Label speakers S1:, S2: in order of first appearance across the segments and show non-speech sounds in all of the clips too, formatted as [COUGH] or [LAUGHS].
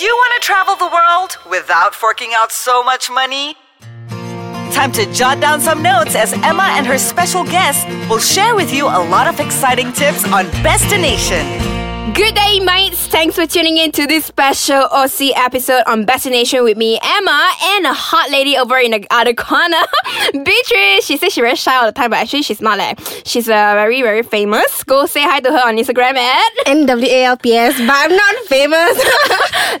S1: you want to travel the world without forking out so much money? Time to jot down some notes as Emma and her special guest will share with you a lot of exciting tips on Destination.
S2: Good day, mates. Thanks for tuning in to this special OC episode on Destination with me, Emma, and a hot lady over in the other corner, [LAUGHS] Beatrice. She says she's very shy all the time, but actually she's not. Like, she's uh, very, very famous. Go say hi to her on Instagram at
S3: NWALPS, but I'm not famous.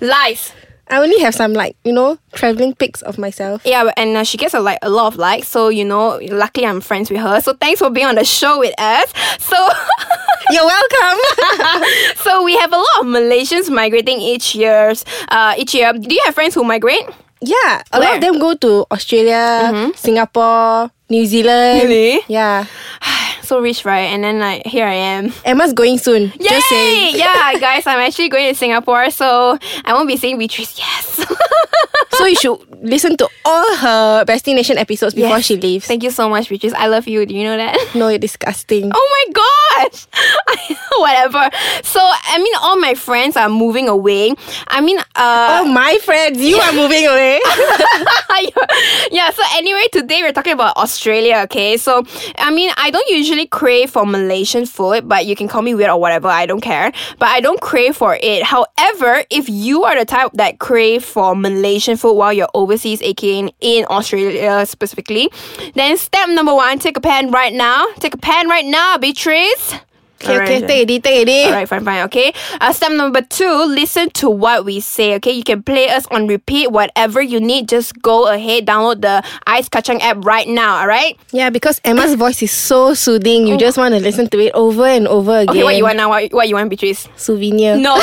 S3: [LAUGHS]
S2: Lies.
S3: I only have some like, you know, traveling pics of myself.
S2: Yeah, and uh, she gets a, like a lot of likes, so you know, luckily I'm friends with her. So thanks for being on the show with us. So. [LAUGHS]
S3: You're welcome. [LAUGHS]
S2: so we have a lot of Malaysians migrating each year's uh, each year. Do you have friends who migrate?
S3: yeah, a lot
S2: Where? Mm-hmm.
S3: of them go to Australia, Singapore, New Zealand.
S2: Really?
S3: Yeah.
S2: So rich, right? And then like here I am.
S3: Emma's going soon. Just
S2: Yay!
S3: saying.
S2: yeah, guys, I'm actually going to Singapore, so I won't be seeing Beatrice. Yes. [LAUGHS]
S3: So you should listen to all her Destination episodes before
S2: Yes.
S3: she leaves.
S2: Thank you so much, Beatrice. I love you. Do you know that?
S3: [LAUGHS]
S2: [LAUGHS]
S3: no, you're disgusting.
S2: Oh my gosh! [LAUGHS] Whatever. So I mean, all my friends are moving away. I mean, uh,
S3: Oh, my friends, you are moving
S2: [LAUGHS]
S3: away.
S2: yeah, so anyway, today we're talking about Australia, okay? So, I mean, I don't usually crave for Malaysian food, but you can call me weird or whatever, I don't care. But I don't crave for it. However, if you are the type that crave for Malaysian food while you're overseas, aka in, in Australia specifically, then step number one, take a pen right now. Take a pen right now, Beatrice.
S3: okay, okay,
S2: Alright.
S3: take it, take it.
S2: Alright, fine, fine, okay. Uh, step number two, listen to what we say, okay? You can play us on repeat, whatever you need, just go ahead, download the Ice Kachang app right now, alright?
S3: Yeah, because Emma's voice is so soothing. You just want to listen to it over and over again.
S2: Oh. Okay, what you want now? What, what you want, Beatrice?
S3: Souvenir.
S2: No. [LAUGHS]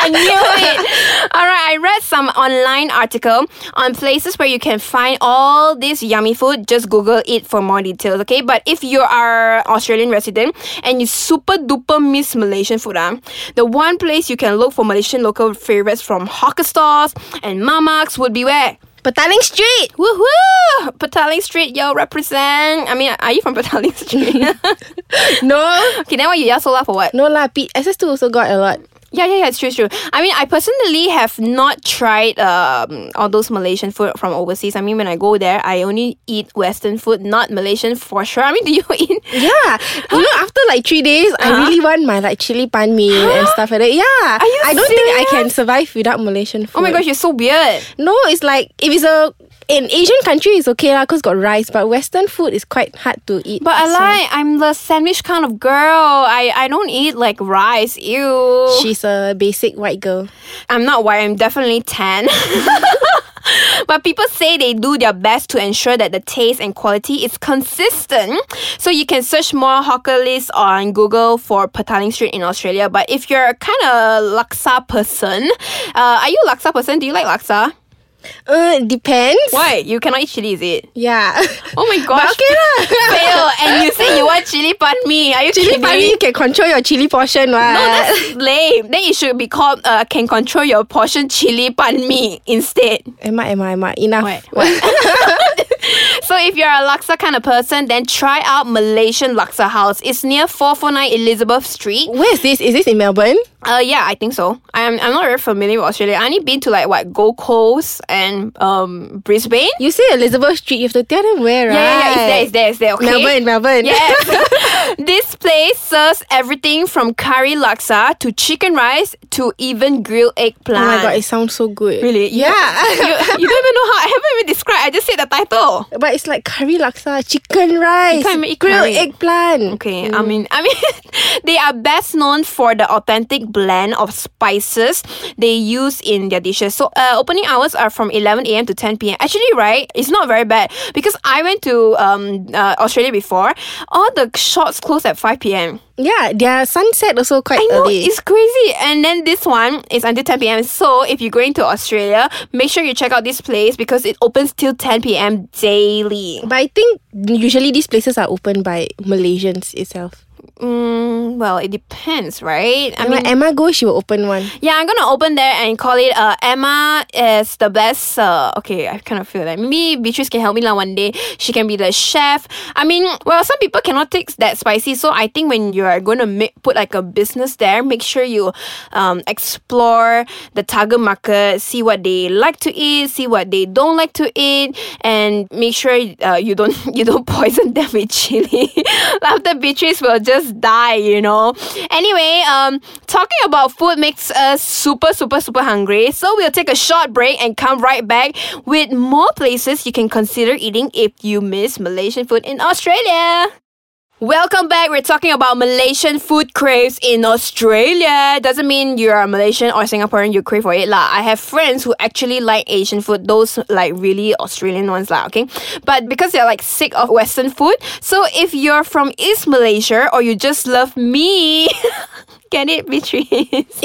S2: I knew it. All right, I read some online article on places where you can find all this yummy food. Just Google it for more details, okay? But if you are Australian resident and you super duper miss Malaysian food, ah, the one place you can look for Malaysian local favorites from hawker stores and mamaks would be where?
S3: Petaling Street.
S2: Woohoo! Petaling Street, yo, represent. I mean, are you from Petaling Street? [LAUGHS]
S3: No.
S2: okay, then why you yell so loud for what?
S3: No lah, P- SS2 also got a lot.
S2: Yeah, yeah, yeah, it's true, it's true. I mean, I personally have not tried um, all those Malaysian food from overseas. I mean, when I go there, I only eat Western food, not Malaysian for sure. I mean, [LAUGHS] do you eat?
S3: Yeah, you know, after like three days, I really want my like chili pan mee and stuff like that. Yeah,
S2: Uh-huh. Are you
S3: I don't think I
S2: serious?
S3: can survive without Malaysian food.
S2: Oh my gosh, you're so weird.
S3: No, it's like if it's a an Asian country, it's okay lah, cause got rice. But Western food is quite hard to eat.
S2: But I
S3: so-
S2: like, I'm the sandwich kind of girl. I, I don't eat like rice. Ew.
S3: She's a basic white girl.
S2: I'm not white, I'm definitely tan. [LAUGHS] But people say they do their best to ensure that the taste and quality is consistent. So you can search more hawker lists on Google for Petaling Street in Australia. But if you're kind of laksa person, uh, are you a laksa person? Do you like laksa?
S3: Uh, depends.
S2: Why? You cannot eat chili, is it?
S3: [LAUGHS] Yeah.
S2: Oh my gosh.
S3: okay lah.
S2: [LAUGHS] Fail. And you say you want chili pan me. Are you
S3: Chili
S2: kidding
S3: pan
S2: me?
S3: mee, you can control your chili portion, what?
S2: No, [LAUGHS] that's lame. Then it should be called uh, can control your portion chili pan me instead.
S3: Emma, Emma, Emma. Enough. [LAUGHS]
S2: Wait, [LAUGHS] So if you're a laksa kind of person, then try out Malaysian Laksa House. It's near 449 Elizabeth Street.
S3: Where is this? Is this in Melbourne?
S2: Uh, yeah, I think so. I'm, I'm not very familiar with Australia. I only been to like what Gold Coast and um Brisbane.
S3: You say Elizabeth Street, you have to tell them where,
S2: Yeah,
S3: right?
S2: yeah, yeah, it's there, it's there, it's there. Okay.
S3: Melbourne, Melbourne. [LAUGHS]
S2: Yes. [LAUGHS] this place serves everything from curry laksa to chicken rice to even grilled
S3: Oh
S2: eggplant.
S3: my god, it sounds so good.
S2: really? You-
S3: Yeah.
S2: you, [LAUGHS] you don't even know how I haven't even described. I just said the title.
S3: [LAUGHS] but it's like curry laksa, chicken rice,
S2: You can't even eat
S3: grilled
S2: curry.
S3: eggplant.
S2: Okay, I mean, [LAUGHS] I mean, they are best known for the authentic blend of spices they use in their dishes. So, uh, opening hours are from 11 a.m. to 10 p.m. Actually, right, it's not very bad because I went to um uh, Australia before. All the shops close at 5 p.m.
S3: Yeah, their sunset also quite
S2: I know
S3: early.
S2: it's crazy. And then this one is until 10 p.m. So if you're going to Australia, make sure you check out this place because it opens till 10 p.m. daily.
S3: but I think usually these places are opened by Malaysians itself.
S2: Mm, well, it depends, right? I mean,
S3: When Emma goes, she will open one.
S2: [LAUGHS] yeah, I'm gonna open there and call it uh, Emma is the best. Uh, okay, I kind of feel that maybe Beatrice can help me lah one day. She can be the chef. I mean, well, some people cannot take that spicy, so I think when you are gonna make, put like a business there, make sure you um, explore the target market, see what they like to eat, see what they don't like to eat, and make sure uh, you don't [LAUGHS] you don't poison them with chili. [LAUGHS] After Beatrice will just die, you know. Anyway, um, talking about food makes us super super super hungry. So we'll take a short break and come right back with more places you can consider eating if you miss Malaysian food in Australia. Welcome back. We're talking about Malaysian food craves in Australia. Doesn't mean you're a Malaysian or Singaporean, you crave for it lah. I have friends who actually like Asian food, those like really Australian ones lah, okay? But because they're like sick of Western food, so if you're from East Malaysia or you just love me, [LAUGHS] get it, Beatrice?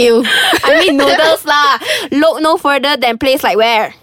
S3: Ew.
S2: I mean noodles lah. [LAUGHS] Look no further than place like where?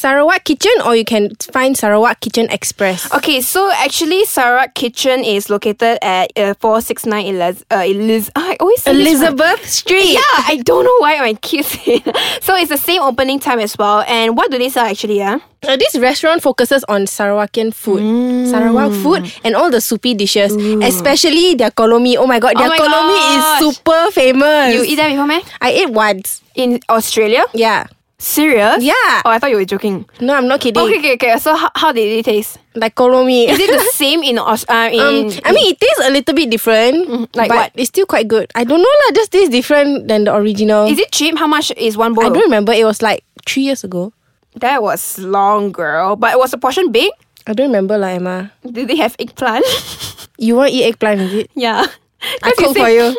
S3: Sarawak Kitchen, or you can find Sarawak Kitchen Express.
S2: Okay, so actually, Sarawak Kitchen is located at uh, 469 Eliz- uh, Eliz- I always say this right.
S3: Elizabeth Street.
S2: Yeah, I don't know why my kids [LAUGHS] say it. So it's the same opening time as well. And what do they sell actually, ah? yeah?
S3: Uh, this restaurant focuses on Sarawakian food,
S2: Mm.
S3: Sarawak food, and all the soupy dishes, especially their kolomi. Oh my god, their
S2: my
S3: kolomi
S2: gosh.
S3: is super famous.
S2: You eat that before, man?
S3: I ate once.
S2: In Australia?
S3: Yeah.
S2: Serious?
S3: Yeah.
S2: Oh, I thought you were joking.
S3: No, I'm not kidding.
S2: Okay, okay, okay. So how, how did it taste?
S3: Like kolomi.
S2: Is it the same in Aus- uh, in
S3: [LAUGHS] Um, I mean, it tastes a little bit different,
S2: Mm, like
S3: but
S2: what?
S3: it's still quite good. I don't know lah. Just tastes different than the original.
S2: Is it Oh. cheap? How much is one bowl?
S3: I don't remember. It was like three years ago.
S2: That was long, girl. But was the portion big?
S3: I don't remember, lah, Emma.
S2: Did they have eggplant? [LAUGHS]
S3: You want to eat eggplant, is it?
S2: yeah. 'Cause
S3: I cook for
S2: say- [LAUGHS]
S3: you.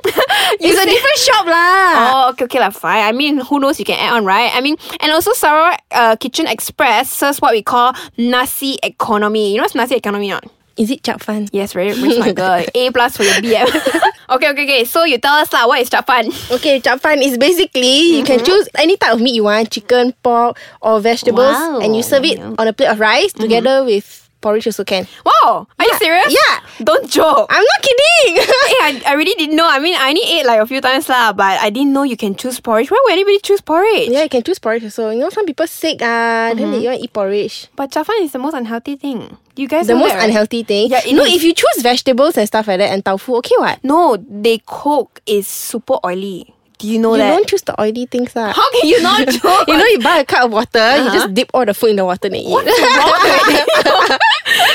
S3: it's a
S2: say-
S3: different shop, lah.
S2: Oh, okay, okay, lah, fine. I mean, who knows? You can add on, right? I mean, and also Sarawak uh, Kitchen Express serves what we call nasi economy. You know what's nasi economy? Not?
S3: Is it chap fan?
S2: Yes, very rich, my
S3: [LAUGHS]
S2: girl. A plus for your BM. [LAUGHS] okay, okay, okay. So you tell us lah, what is chap fun?
S3: Okay, chap fan is basically you
S2: Mm-hmm.
S3: can choose any type of meat you want, chicken, pork, or vegetables,
S2: Wow. Mm-hmm.
S3: and you serve it on a plate of rice together with porridge also can.
S2: Wow, are you serious?
S3: yeah.
S2: Don't joke.
S3: I'm not kidding.
S2: [LAUGHS] Eh,
S3: [LAUGHS]
S2: I, I really didn't know. I mean, I only ate like a few times lah, but I didn't know you can choose porridge. Why would anybody choose porridge?
S3: yeah, you can choose porridge also. You know, some people sick ah, then
S2: Mm-hmm.
S3: they want to eat porridge.
S2: But chaffan is the most unhealthy thing. You guys
S3: the
S2: know
S3: most
S2: that, right?
S3: unhealthy thing.
S2: Yeah, it
S3: no,
S2: is.
S3: if you choose vegetables and stuff like that and tofu, okay what?
S2: No, they cook is super oily. Do you know
S3: You
S2: that?
S3: don't choose the oily things lah.
S2: How can you
S3: [LAUGHS]
S2: not Uh-huh. joke?
S3: You know, you buy a cup of water, you just dip all the food in the water and eat.
S2: [LAUGHS]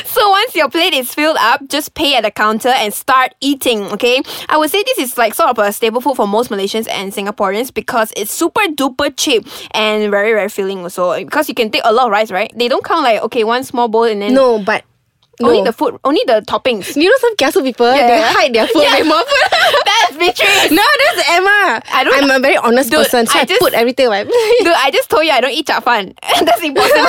S2: so once your plate is filled up, just pay at the counter and start eating, okay? I would say this is like sort of a staple food for most Malaysians and Singaporeans because it's super duper cheap and very, very filling also. Because you can take a lot of rice, right? They don't count like, okay, one small bowl and then
S3: [LAUGHS] No, but no.
S2: only the food, only the toppings.
S3: you know some castle people,
S2: Yeah,
S3: they
S2: yeah.
S3: hide their food
S2: Yeah.
S3: yeah. more food.
S2: [LAUGHS]
S3: [LAUGHS]
S2: That's betrayal.
S3: No, that's Emma.
S2: I don't-
S3: I'm a very honest
S2: Dude,
S3: person, so
S2: I
S3: I,
S2: just-
S3: put everything away. [LAUGHS]
S2: Dude, I just told you I don't eat chap fan. [LAUGHS] That's impossible.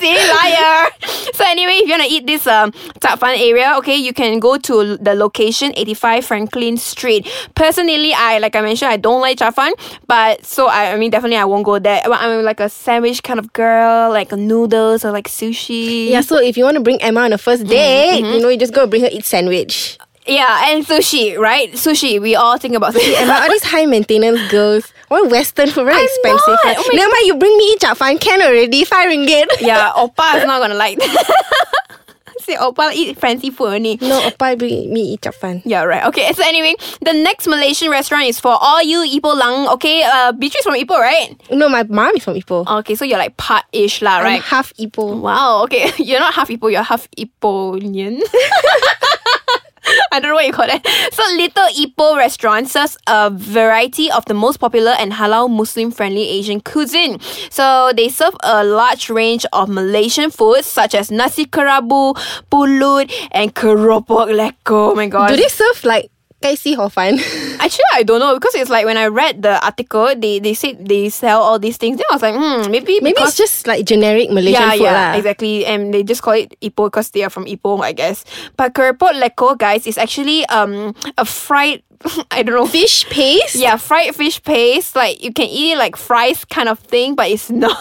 S2: See, liar. So anyway, if you wanna eat this um chap fan area, okay, you can go to the location 85 Franklin Street. Personally, I like I mentioned, I don't like chap fan, but so I, I mean definitely I won't go there. But I'm like a sandwich kind of girl, like noodles or like sushi.
S3: yeah, so if you want to bring Emma on a
S2: Mm-hmm,
S3: first date, you know, you just go bring her eat sandwich.
S2: yeah, and sushi, right? Sushi. We all think about
S3: [LAUGHS]
S2: sushi.
S3: Emma, all these high maintenance girls, all Western food, very
S2: I'm
S3: expensive.
S2: not. Oh my
S3: Never mind, you bring me eat chap fan can already, five ringgit.
S2: [LAUGHS] yeah, Oppa is not gonna like that. [LAUGHS] See, Oppa eat fancy food only.
S3: No, Oppa bring me eat chap fan.
S2: Yeah, right. Okay, so anyway, the next Malaysian restaurant is for all you Ipoh Lang. Okay, uh, Beatrice from Ipoh, right?
S3: No, my mom is from Ipoh.
S2: Okay, so you're like part-ish lah,
S3: I'm
S2: right?
S3: half Ipoh.
S2: wow, okay. [LAUGHS] You're not half Ipoh, you're half Ipohian. [LAUGHS] I don't know what you call that. So Little Ipoh restaurant serves a variety of the most popular and halal Muslim friendly Asian cuisine. So they serve a large range of Malaysian foods such as nasi kerabu, pulut, and keropok leko. Oh my god.
S3: Do they serve like KC Hor Fun?
S2: Actually, I don't know because it's like when I read the article, they they said they sell all these things. Then I was like, hmm, maybe
S3: [LAUGHS] Maybe
S2: because-
S3: it's just like generic Malaysian
S2: yeah,
S3: food.
S2: yeah,
S3: lah.
S2: exactly. And they just call it Ipoh because they are from Ipoh, I guess. But keropok leko, guys, is actually um a fried, [LAUGHS] I don't know,
S3: Fish paste?
S2: Yeah, fried fish paste. Like you can eat it like fries kind of thing, but it's [LAUGHS] not.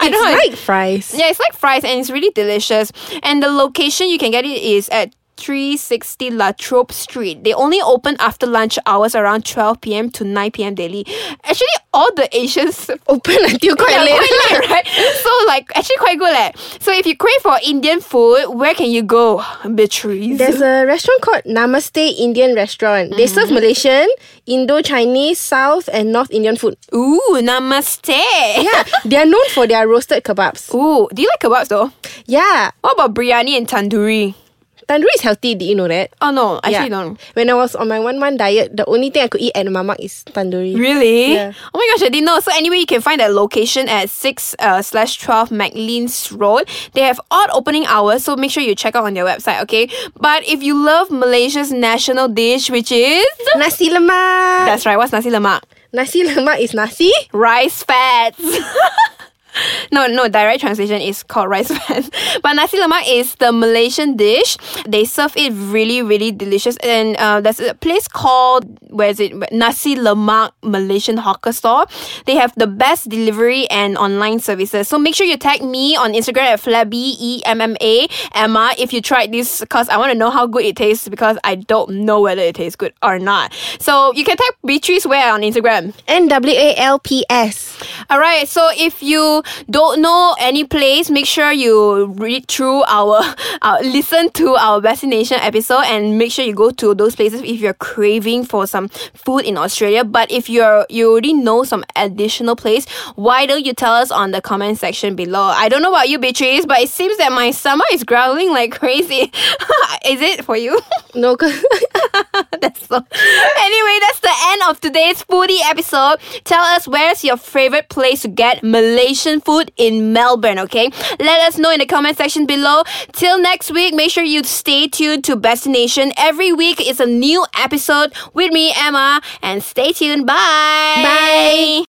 S2: I
S3: It's
S2: don't know.
S3: like fries.
S2: Yeah, it's like fries and it's really delicious. And the location you can get it is at 360 La Trobe Street. They only open after lunch hours around 12 p.m. to 9 p.m. daily. Actually, all the [LAUGHS] Asians
S3: Open until quite
S2: yeah,
S3: late.
S2: quite
S3: [LAUGHS]
S2: late, right? So like actually quite good leh. So if you crave for Indian food, where can you go? Beatrice.
S3: There's a restaurant called Namaste Indian Restaurant. They serve
S2: Mm-hmm.
S3: Malaysian, Indo Chinese, South, and North Indian food.
S2: Ooh, namaste.
S3: Yeah, they are known for their roasted kebabs.
S2: Ooh, do you like kebabs though?
S3: Yeah,
S2: What about biryani and tandoori?
S3: tandoori is healthy. Did you know that?
S2: Oh no, actually don't.
S3: yeah. When I was on my one month diet, the only thing I could eat at mamak is tandoori.
S2: Really?
S3: Yeah.
S2: Oh my gosh, I didn't know. So anyway, you can find that location at six uh, slash twelve McLean's Road. They have odd opening hours, so make sure you check out on their website, okay? But if you love Malaysia's national dish, which is
S3: Nasi lemak.
S2: that's right, what's nasi lemak?
S3: nasi lemak is nasi.
S2: rice fats. [LAUGHS] no, no, direct translation is called rice [LAUGHS] fats. But nasi lemak is the Malaysian dish. They serve it really, really delicious. And uh, there's a place called, where is it? Nasi Lemak Malaysian Hawker Store. They have the best delivery and online services. So make sure you tag me on Instagram at E flabby, E-M-M-A, Emma, if you tried this because I want to know how good it tastes because I don't know whether it tastes good or not. So you can tag Beatrice where on Instagram?
S3: N W A L P S.
S2: All right, so if you don't know any place, make sure you read through our, [LAUGHS] uh, listen to our vaccination episode and make sure you go to those places if you're craving for some food in Australia. But if you're you already know some additional place, why don't you tell us on the comment section below? I don't know about you, Beatrice, but it seems that my stomach is growling like [LAUGHS] crazy. is it for you?
S3: No, 'cause- [LAUGHS]
S2: that's so. [LAUGHS] Anyway, that's the end of today's foodie episode. Tell us where's your favorite place to get Malaysian food in Melbourne, okay? Let us know in the comment section below. Till next week, make sure you stay tuned to Destination. Every week is a new episode with me, Emma, and stay tuned. Bye. Bye.